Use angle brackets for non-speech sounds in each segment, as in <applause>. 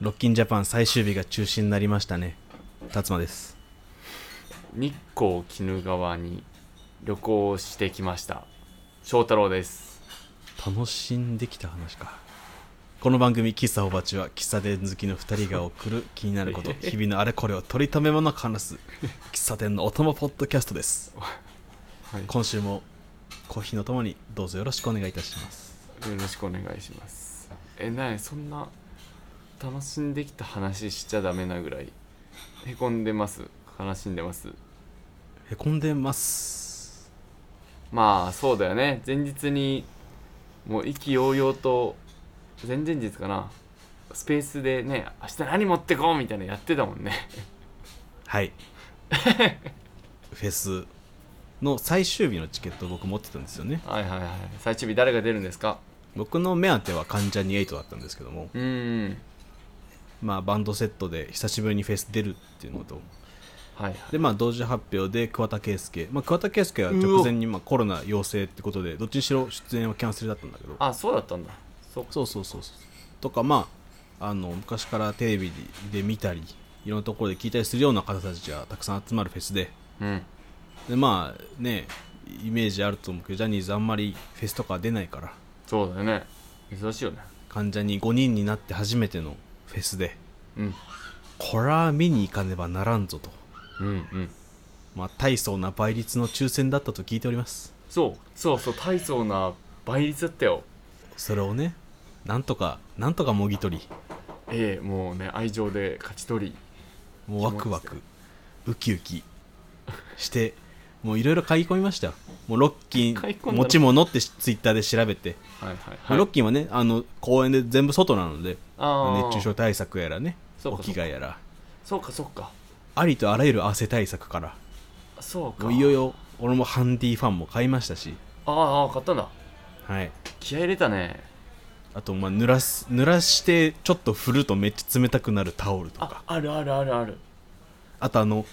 ロッキンジャパン最終日が中止になりましたね辰馬です日光鬼怒川に旅行をしてきました翔太郎です楽しんできた話かこの番組「喫茶おばち」は喫茶店好きの2人が送る <laughs> 気になること日々のあれこれを取り留めもなく話 <laughs> す喫茶店のお供ポッドキャストです、はい今週もコーヒーのともにどうぞよろしくお願いいたしますよろしくお願いしますえなにそんな楽しんできた話しちゃダメなぐらいへこんでます悲しんでますへこんでますまあそうだよね前日にもう意気揚々と前々日かなスペースでね明日何持ってこうみたいなのやってたもんねはい <laughs> フェスの最終日のチケットを僕持ってたんですよねはいはいはい最終日誰が出るんですか僕の目当ては関ジャニエイトだったんですけども、うーんまあ、バンドセットで久しぶりにフェス出るっていうのとはいはいで、まあ、同時発表で桑田佳祐、まあ、桑田佳祐は直前にまあコロナ陽性ってことでどっちにしろ出演はキャンセルだったんだけどあそうだったんだそっかそうそうそうそうとかまああの昔からテレビで見たりいろんなところで聞いたりするような方たちがたくさん集まるフェスでうんでまあねイメージあると思うけどジャニーズあんまりフェスとか出ないからそうだよね珍しいよね患者に5人になって初めてのフェスでうんこら見に行かねばならんぞと、うんうんまあ、大層な倍率の抽選だったと聞いておりますそうそうそう大層な倍率だったよそれをねなんとかなんとかもぎ取りええもうね愛情で勝ち取りもうワクワクウキウキしてもういろいろ買い込みましたよもうロッキ買い込んンだの持ち物ってツイッターで調べて、はいはいはいロッキンはねあの公園で全部外なのであー熱中症対策やらねそうおかそ着うか替えやらそうかそうかありとあらゆる汗対策からそうかもういよいよ俺もハンディファンも買いましたし、ああ買ったんだはい、気合い入れたねあとまあ濡らす濡らしてちょっと振るとめっちゃ冷たくなるタオルとかああるあるあるあるあとあの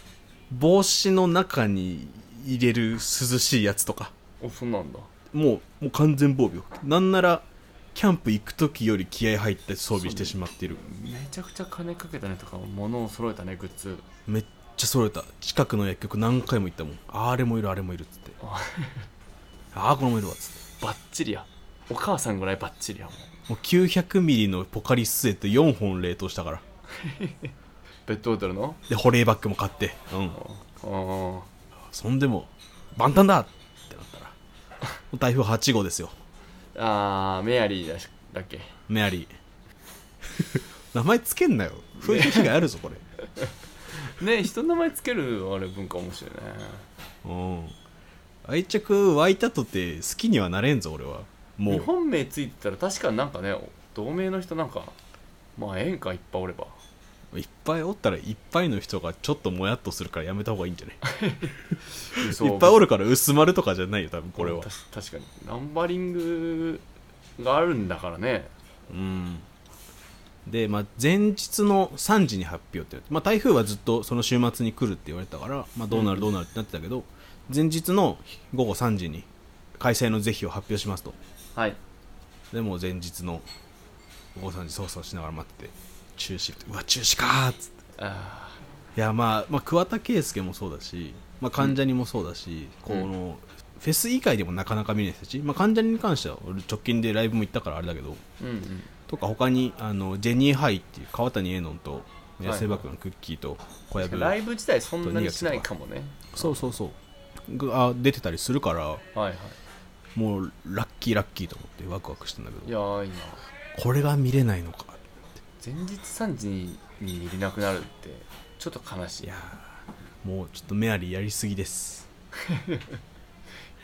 帽子の中に入れる涼しいやつとかおそうなんだもうもう完全防備をなんならキャンプ行く時より気合入って装備してしまってるめちゃくちゃ金かけたねとか物を揃えたねグッズめっちゃ揃えた近くの薬局何回も行ったもんあれもいるあれもいるっつってあああこれもいるわっつってバッチリやお母さんぐらいバッチリやもうもう900ミリのポカリスエット4本冷凍したからベッドホテルので保冷バッグも買ってうんああそんでも万端だってなったらもう台風8号ですよあーメアリーだしだっけメアリー名前つけんなよ風評被害あるぞこれね人の名前つけるあれ文化面白いねうん愛着湧いたとて好きにはなれんぞ俺はも日う本名ついてたら確かなんかね同盟の人なんかまあ演歌いっ <laughs> ぱいおればいっぱいおったらいっぱいの人がちょっともやっとするからやめた方がいいんじゃない嘘いっぱいおるから薄まるとかじゃないよ多分これはたし確かにナンバリングがあるんだからねうんで、まあ、前日の3時に発表って言われてまあ、台風はずっとその週末に来るって言われたから、まあ、どうなるどうなるってなってたけど、前日の午後3時に開催の是非を発表しますとはいでもう前日の午後3時そうそうしながら待ってて中止ってうわ中止かーっつってあいやまあ、まあ、桑田佳祐もそうだし、まあ、関ジャニもそうだし、うんこのフェス以外でもなかなか見れないですし、まあ、関ジャニに関しては俺直近でライブも行ったからあれだけどーうんうんとか他にあのジェニーハイっていう川谷絵音とい野生爆弾クッキーと小籔、ライブ自体そんなにしないかもねそうそうそうがあ出てたりするからはいはいもうラッキーラッキーと思ってワクワクしてんだけいどやーいいなこれが見れないのか前日3時ににいなくなるってちょっと悲しいいややーもうちょっとメアリーやりすぎです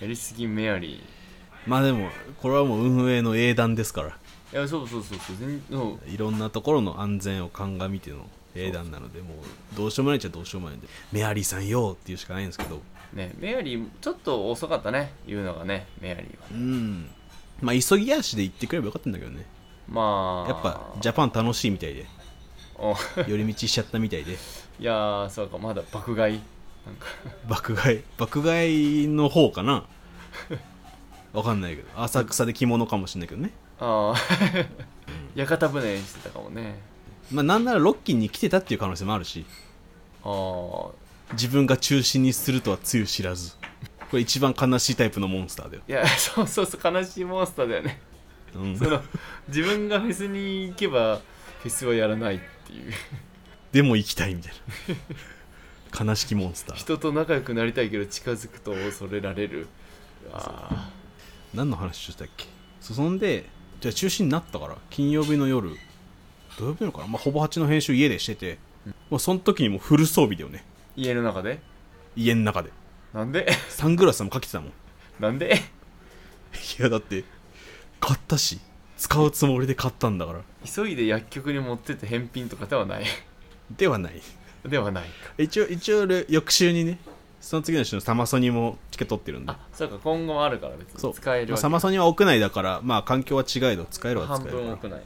りすぎメアリーまあでもこれはもう運営の英断ですからいやそうそうそうそう全そういろんなところの安全を鑑みての英断なのでもうどうしようもないっちゃどうしようもないんでメアリーさんよーっていうしかないんですけどねメアリーちょっと遅かったね言うのがねメアリーはうんまあ急ぎ足で行ってくればよかったんだけどねまあやっぱジャパン楽しいみたいでお寄り道しちゃったみたいでいやーそうかまだ爆買いなんか爆買い爆買いの方かなわかんないけど浅草で着物かもしれないけどねああ屋形船してたかもねまあ、なんならロッキンに来てたっていう可能性もあるしあー自分が中心にするとはつゆ知らずこれ一番悲しいタイプのモンスターだよ、いや <laughs> そうそうそう悲しいモンスターだ <laughs> よねうんその自分がフェスに行けばフェスはやらないっていうでも行きたいみたいな悲しきモンスター人と仲良くなりたいけど近づくと恐れられるあ何の話をしたっけそそんでじゃあ中止になったから金曜日の夜土曜日なのかな、まあ、ほぼ8の編集家でしてて、まあ、その時にもうフル装備だよねー家の中で家の中でなんで <laughs> サングラスもかけてたもん <laughs> いなんでやだって買ったし使うつもりで買ったんだから急いで薬局に持ってって返品とかではないではないではない一応一応俺翌週にねその次の週のサマソニもチケット取ってるんであそうか今後もあるから別そうに使えまるあわけ、サマソニは屋内だからまあ環境は違えど使えるは半使えるから分多くない、うん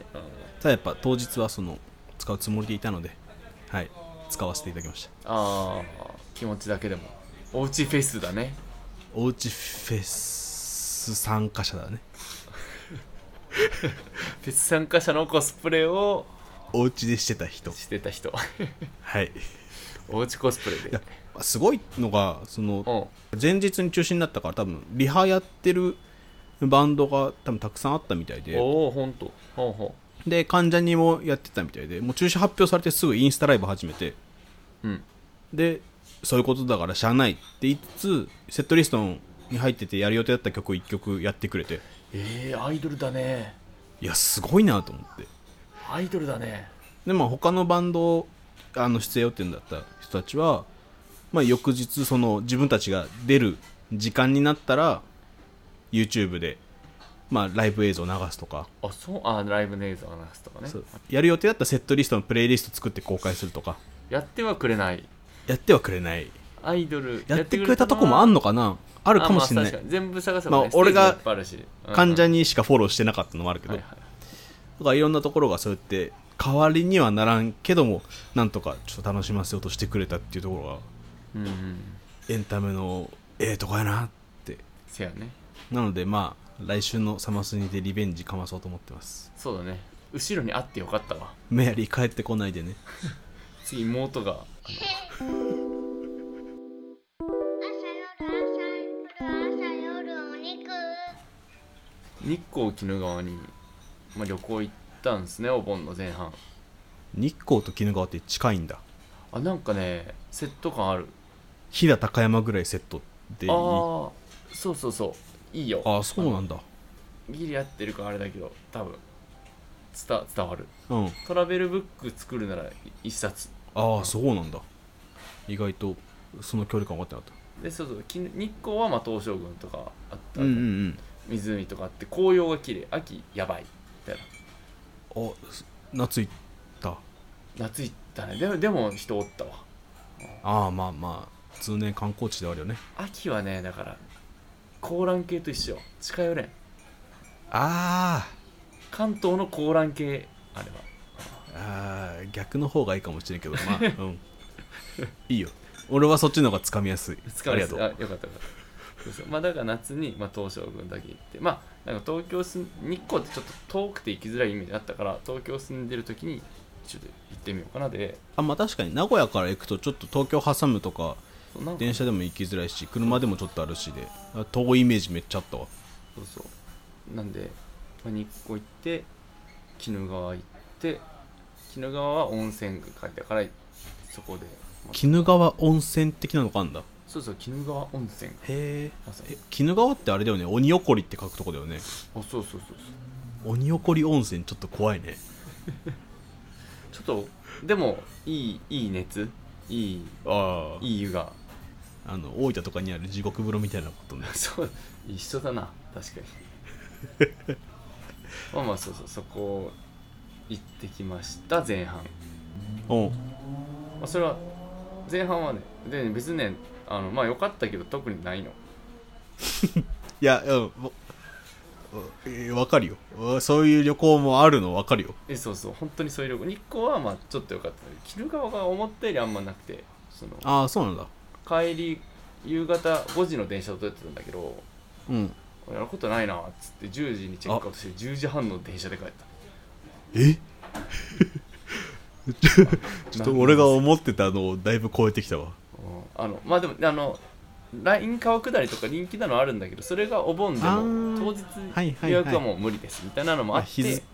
ただやっぱ当日はその使うつもりでいたのではい使わせていただきましたああ気持ちだけでもおうちフェスだねおうちフェス参加者だねフェス参加者のコスプレをおうちでしてた人して <laughs> た人はいいおうちコスプレでやすごいのがそのうん前日に中止になったから多分リハやってるバンドが多分たくさんあったみたいでおおほんとほうほで患者にもやってたみたいでもう中止発表されてすぐインスタライブ始めてううんでそういうことだからしゃあないって言いつつセットリストに入っててやる予定だった曲を1曲やってくれてえー、アイドルだねいやすごいなと思ってアイドルだねでまあ他のバンドあの出演予定だった人たちは、まあ、翌日その自分たちが出る時間になったら YouTube で、まあ、ライブ映像を流すとか、あそうあライブネイズを流すとかねそうやる予定だったセットリストのプレイリスト作って公開するとかやってはくれないやってはくれないアイドルやってくれたとこもあんののかなあるかもしれなあ、まあ確いかに全部探せば、ねまあ俺がステージもいっぱいあるしうんうん患者にしかフォローしてなかったのもあるけどはいだはいからいろんなところがそうやって代わりにはならんけどもなんとかちょっと楽しませようとしてくれたっていうところがうんうんエンタメのええとこやなってせやねなのでまあ来週のサマスニでリベンジかまそうと思ってますそうだね後ろにあってよかったわメアリー帰ってこないでね次妹が朝夜お肉日光鬼怒川に、まあ、旅行行ったんですねお盆の前半日光と鬼怒川って近いんだあなんかねセット感ある飛騨高山ぐらいセットでいいあああーそうそうそういいよあそうなんだギリ合ってるかあれだけど多分伝伝わるうんトラベルブック作るならい一冊ああそうなんだ意外とその距離感分かってなかっでそうそうき日光はまあ東照宮とかあったたり、ん湖とかあって紅葉が綺麗秋やばいみたいなうんあす夏行った夏行ったねでもでも人おったわああまあまあ通年観光地ではあるよね秋はねだから高蘭系と一緒近寄れんあー関東の高蘭系あれはあー逆の方がいいかもしれん <laughs> けどまあうんいいよ俺はそっちの方がつかみやすい疲ありれがてとたうあよかったよかったそうそうまあだから夏に、まあ、東照宮だけ行ってまあなんか東京住ん日光ってちょっと遠くて行きづらいイメージあったから東京住んでる時にちょっと行ってみようかなであまあ確かに名古屋から行くとちょっと東京挟むとかそうなんか電車でも行きづらいし車でもちょっとあるしであ遠いイメージめっちゃあったわそうそうなんで、まあ、日光行って鬼怒川行って鬼怒川は温泉が書いてあるからそこで、まあ鬼怒川温泉的なのがあんだそうそう鬼怒川温泉へまさにえ鬼怒川ってあれだよね鬼おこりって書くとこだよねあそうそうそうそう鬼おこり温泉ちょっと怖いねちょっとでもいいいい熱いいあいい湯がああの大分とかにある地獄風呂みたいなことねそう一緒だな確かに <laughs> まあまあそうそうそこ行ってきました前半、おうまあ、それは前半はねでね別にねあのまあ良かったけど特にないのいやうんぼおえーわかるよおそういう旅行もあるのわかるよえそうそう本当にそういう旅行日光はまあちょっと良かったけど鬼怒川が思ったよりあんまなくてそのああそうなんだ帰り夕方5時の電車を取ってたんだけどうんやることないなっつって10時にチェックアウトして10時半の電車で帰ったえちょっと俺が思ってたのをだいぶ超えてきたわあのまあでもあのライン川下りとか人気なのあるんだけどそれがお盆であもー当日はいはいはい予約はもう無理ですみたいなのもああって、日付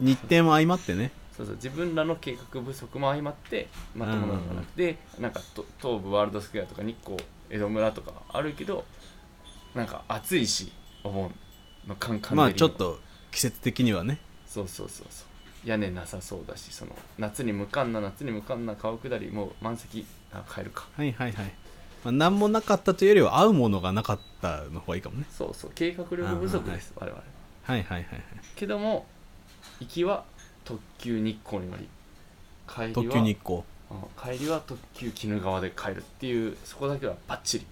日程も相まってねそうそう自分らの計画不足も相まってまともなのがなくて、なんかと東武ワールドスクエアとか日光江戸村とかあるけどなんか暑いしお盆のカンカン照りのまあちょっと季節的にはねそうそうそうそう屋根なさそうだしその夏に無感な夏に無感な川下りもう満席あ帰るかはいはいはい、まあ、何もなかったというよりは合うものがなかったの方がいいかもねそうそう計画力不足です我々はいはいはいはいけども行きは特急日光に乗り帰りは特急日光うん帰りは特急鬼怒川で帰るっていうそこだけはバッチリ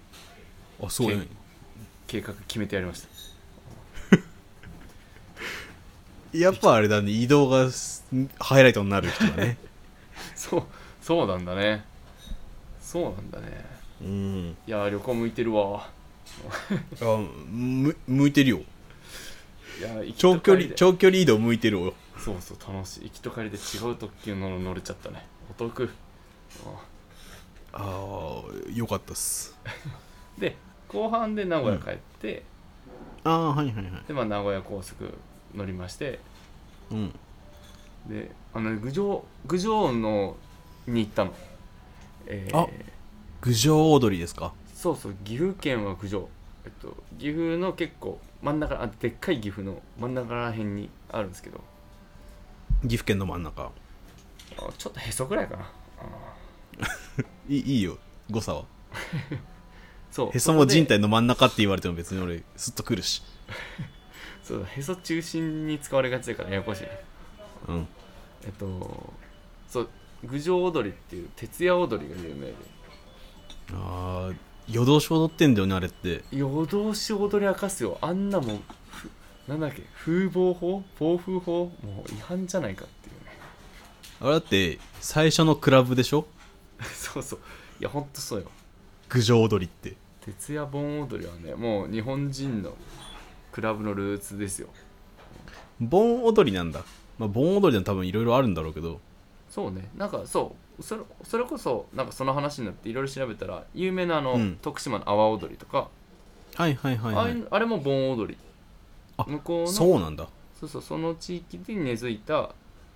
あすごいね計画決めてやりました <laughs> やっぱあれだね移動がすハイライトになる人はねそうそうなんだねそうなんだね <laughs> うんいやー旅行向いてるわあむ向いてるよいやー行きと長距離帰りで長距離移動向いてるよそうそう楽しい行きと帰りで違う特急の乗れちゃったねお得うんああよかったっすで後半で名古屋帰って、ああはいはいはいでまあ名古屋高速乗りましてうんであの郡上郡上のに行ったのえーあ郡上大りですかそうそう岐阜県は郡上、えっと、岐阜の結構真ん中あでっかい岐阜の真ん中ら辺にあるんですけど岐阜県の真ん中あちょっとへそくらいかなあいいいいよ誤差はそうへそも人こで体の真ん中って言われても別に俺スッとくるしそうへそ中心に使われがちだからややこしいねうんえっとそう郡上踊りっていう徹夜踊りが有名でああ夜通し踊ってんだよねあれって夜通し踊り明かすよあんなもんふなんだっけ風防法暴風法もう違反じゃないかっていうねあれだって最初のクラブでしょ <laughs> そうそういやほんとそうよ郡上踊りって徹夜盆踊りはねもう日本人のクラブのルーツですよ盆踊りなんだ、まあ、盆踊りでも多分いろいろあるんだろうけどそうねなんかそうそれそれこそなんかその話になっていろいろ調べたら有名なあの、うん徳島の阿波踊りとか、はいはいはい、ああいうあれも盆踊りあ向こうのそうなんだそうそうその地域で根付いた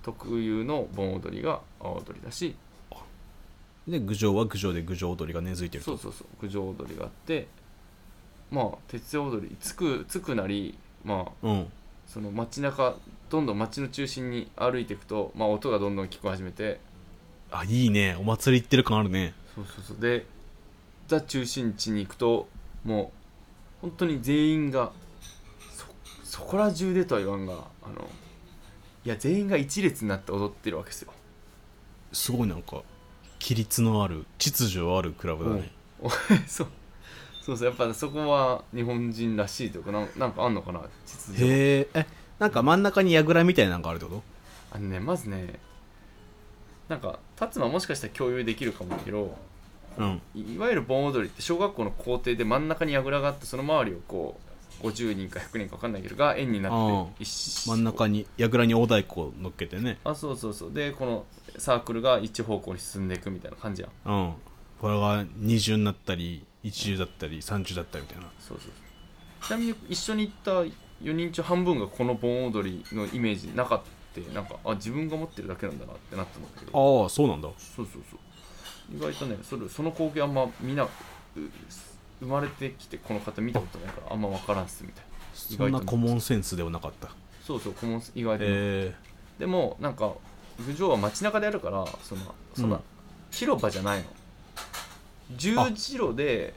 特有の盆踊りが阿波踊りだしで郡上は郡上で郡上踊りが根付いてるそとうそうそう郡上踊りがあってまあ徹夜踊りつくつくなりまあうんその街中どんどん街の中心に歩いていくと、まあ、音がどんどん聞こえ始めてあいいねお祭り行ってる感あるねそうそうそうでザ中心地に行くともう本当に全員がそそこら中でとは言わんがあのいや全員が一列になって踊ってるわけですよすごいなんか規律のある秩序あるクラブだね、お <laughs> そうそうそうやっぱそこは日本人らしいというかなんなんかあんのかな秩序へええなんか真ん中に櫓みたいなのがあるってことあのねまずねなんか達馬もしかしたら共有できるかもだけどうんいいわゆる盆踊りって小学校の校庭で真ん中に櫓があってその周りをこう50人か100人か分かんないけどが円になああって一真ん中に櫓にお太鼓を乗っけてねあそうそうそうでこのサークルが一方向に進んでいくみたいな感じやんうんこれが二重になったり一重だったり三重だったりみたいなそうそうちなみに一緒に行った4人中半分がこの盆踊りのイメージなかったなんかあ自分が持ってるだけなんだなってなったんだけどああそうなんだそうそうそう意外とねそれその光景あんまみんなう生まれてきてこの方見たことないからあんま分からんっすみたいな意そ外とねんなコモンセンスではなかったそうそうこの意外とねえでもなんか郡上は街中でやるからそのそんなうん広場じゃないの、十字路で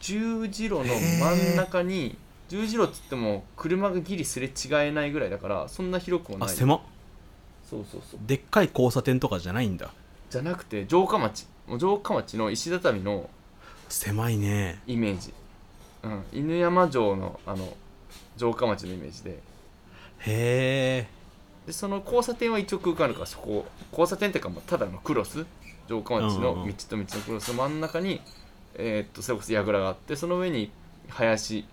十字路の真ん中に十字路っつっても車がギリすれ違えないぐらいだからそんな広くはー、なあい狭っそうそうそうでっかい交差点とかじゃないんだじゃなくて城下町もう城下町の石畳の狭いねイメージ、うん、犬山城のあの城下町のイメージでへえでその交差点は一応空間あるからそこ交差点っていうかまあただのクロス城下う町んうんのうん道と道のクロスの真ん中に、えーっとそれこそ櫓があってその上に林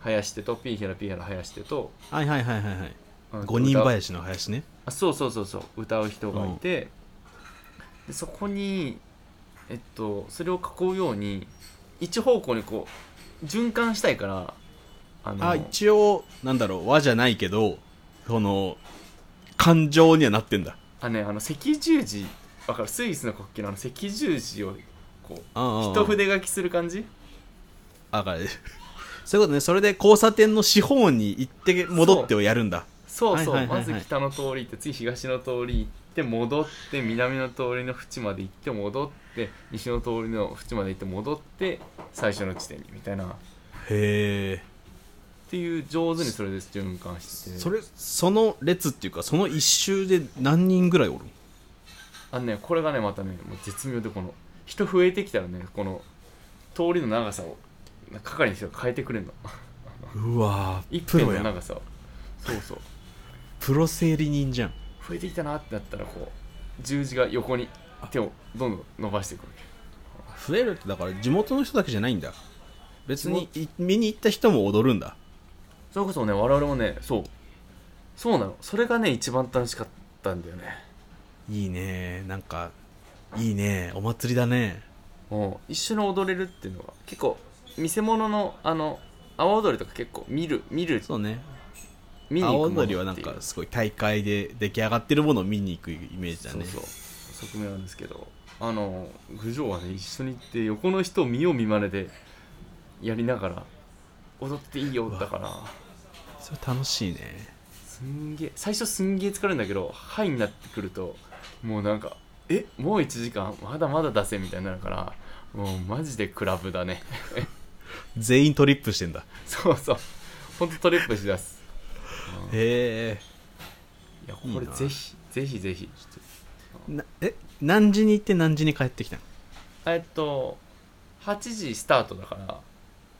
林手とピーヒャラピーヒャラ林手とはいはいはいはいはいうん五人歌林の林ねあそうそうそうそう歌う人がいて、でそこにえっとそれを囲うように一方向にこう循環したいからあのあ一応なんだろう和じゃないけどその感情にはなってんだあねあの赤十字わかるスイスの国旗のあの赤十字をこう一一筆書きする感じあだから <laughs> そういうことねそれで交差点の四方に行って戻ってをやるんだそうそう、はいはいはいはいまず北の通り行って次東の通り行って戻って南の通りの縁まで行って戻って西の通りの縁まで行って戻って最初の地点にみたいなっへていう上手にそれで循環してえてそれその列っていうかその一周で何人ぐらいおるあのねこれがねまたねもう絶妙でこの人増えてきたらねこの通りの長さを係の人が変えてくれるのうわー一プ辺ロのやん長さをそうそうプロ整理人じゃん増えてきたなってなったらこう十字が横に手をどんどん伸ばしていくわけ増えるってだから地元の人だけじゃないんだ別にい見に行った人も踊るんだそれこそね我々もねそうそうなのそれがね一番楽しかったんだよねいいねなんかいいねお祭りだねもう一緒に踊れるっていうのが結構見せ物のあの阿波踊りとか結構見る見るそうね見に行青くもの踊ってりいうはなんかすごい大会で出来上がってるものを見に行くイメージだねそうそう側面なんですけどあの郡上はね一緒に行って横の人を見よう見まねでやりながら踊っていいよだからそれ楽しいねすんげえ最初すんげえ疲れるんだけど「はい」になってくるともうなんか「えもう1時間まだまだ出せ」みたいになるからもうマジでクラブだね <laughs> 全員トリップしてんだそうそうほんとトリップしだすへいやこいいれなぜひぜひぜひえなえ何時に行って何時に帰ってきたのえっと8時スタートだから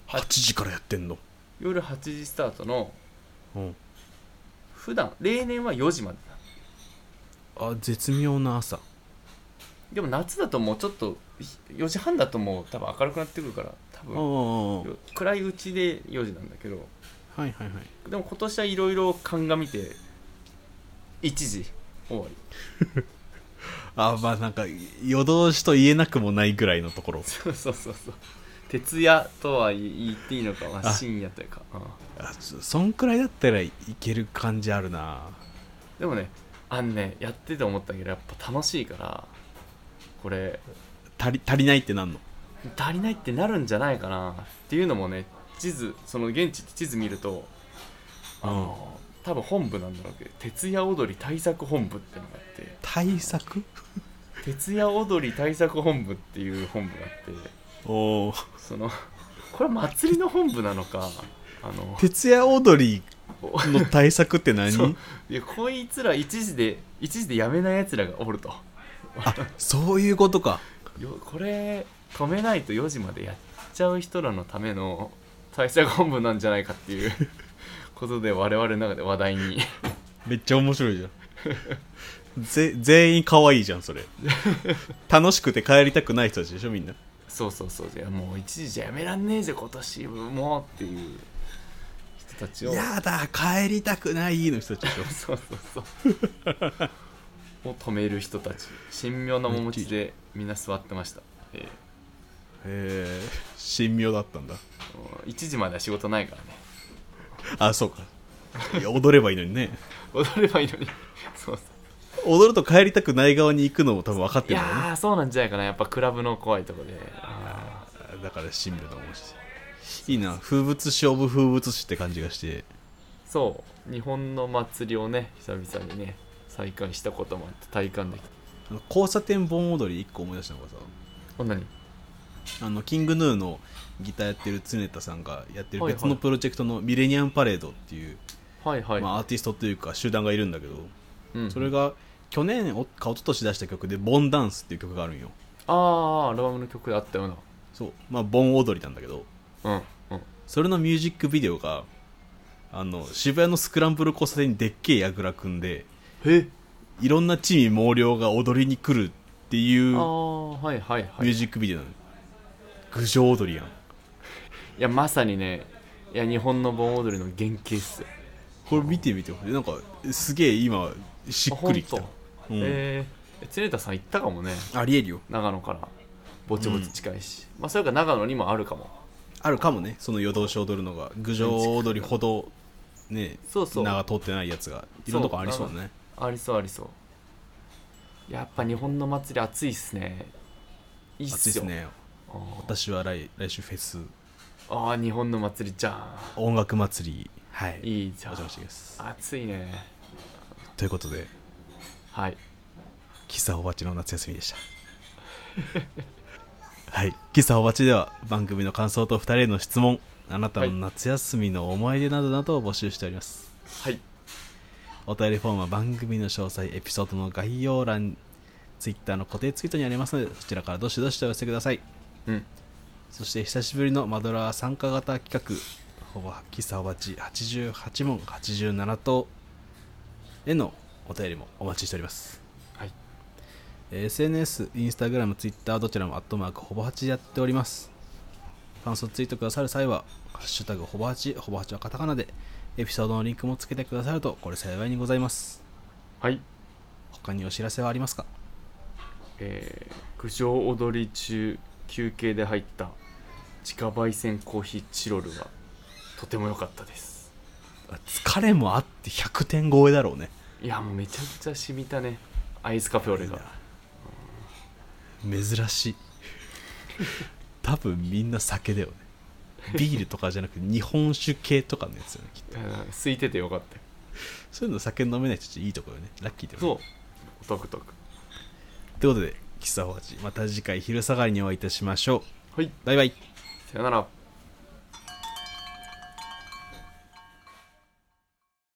はい8時からやってんの夜8時スタートのうん普段例年は4時までだあ絶妙な朝でも夏だともうちょっと4時半だともう多分明るくなってくるから多あ分あはいよ暗いうちで4時なんだけどはいはいでも今年はいろいろ鑑みて1時終わりあまあなんか夜通しと言えなくもないぐらいのところ <laughs> そうそうそうそう徹夜とは言っていいのか、まあ、あ深夜というか、うんあそそんくらいだったらいける感じあるなでもねあのねやってて思ったけどやっぱ楽しいからこれ足り足りないってなんの足りないってなるんじゃないかなっていうのもね地図その現地って地図見るとあの、多分本部なんだろうけど徹夜踊り対策本部ってのがあって対策徹夜踊り対策本部っていう本部があっておおそのこれ祭りの本部なのかあの徹夜踊りおの対策って何そそうういやこいつら一時で一時でやめないやつらがおるということかよこれ止めないと4時までやっちゃう人らのための対策本部なんじゃないかっ <laughs> ていうことで我々の中で話題にめっちゃ面白いじゃん <laughs> ぜ全員可愛いじゃんそ <laughs> れ楽しくて帰りたくない人たちでしょみんなそうそうそういやもう一時じゃやめらんねえぜ今年もうっていう人たちをやだ帰りたくないの人たちで <laughs> しょそうそうそうを止める人たち神妙な面持ちでみんな座ってました、ええへえ神妙だったんだ1時までは仕事ないからねあそうかいや踊ればいいのにね踊ればいいのにそうそう踊ると帰りたくない側に行くのも多分分かっいてるやんだよねーそうなんじゃないかなやっぱクラブの怖いとこであだから神妙だと思うしいいな風物詩オブ風物詩って感じがしてーそう日本の祭りをね久々にね再開したこともあって体感できたあの交差点盆踊り一個思い出したのがさこんなにあのキングヌーのギターやってる常田さんがやってるはいはい別のプロジェクトのミレニアムパレードっていう、はいはい、まあ、アーティストというか集団がいるんだけど、うん、それが去年おか一昨年出した曲で「ボンダンス」っていう曲があるんよああアルバムの曲であったようなそうまあ盆踊りなんだけどうんうんそれのミュージックビデオがあの渋谷のスクランブル交差点にでっけえやぐら組んでえいろんな地味猛量が踊りに来るっていうあミュあはいはいはいーいジックビデオなの、郡上踊りやんやまさにねいや日本の盆踊りの原型っすよこれ見てみてほしいなんかすげえ今しっくりきたあほんと、うんえー、常田さん行ったかもねありえるよ長野からぼちぼち近いし、まあそれか長野にもあるかもあるかもねその夜通し踊るのが郡上踊りほどねそうそう名が通ってないやつがいろんなとこありそうねありそうありそうやっぱ日本の祭り暑いっすねいいっす暑いでよすねあー私は来来週フェスあー日本の祭りじゃ音楽祭りはいんいいじおゃん邪魔してきます暑いねということではい喫茶おばちの夏休みでした <laughs> はい喫茶おばちでは番組の感想と2人への質問あなたの夏休みの思い出などなどを募集しております、はいお便りフォームは番組の詳細エピソードの概要欄ツイッターの固定ツイートにありますのでそちらからどしどしとお寄せくださいうんそして久しぶりのマドラー参加型企画ほぼ喫茶おばち88問87答へのお便りもお待ちしておりますはいえー SNS、インスタグラム、ツイッターどちらもアットマークほぼ8やっております。感想ツイートくださる際は、ハッシュタグほぼ8、ほぼ8はカタカナで、エピソードのリンクもつけてくださると、これ幸いにございます。はい他にお知らせはありますかえー、郡上踊り中休憩で入った自家焙煎コーヒーチロルがとても良かったです疲れもあって100点超えだろうね。いやもうめちゃくちゃ染みたねアイスカフェオレが珍しい。 <laughs> 多分みんな酒だよね。ビールとかじゃなくて日本酒系とかのやつよね。きっといやなんか空いててよかったよそういうの酒飲めない人たちいいとこよね。ラッキーだよね。そうお得得ということで、喫茶おばち、また次回昼下がりにお会いいたしましょう。はいバイバイ。さよなら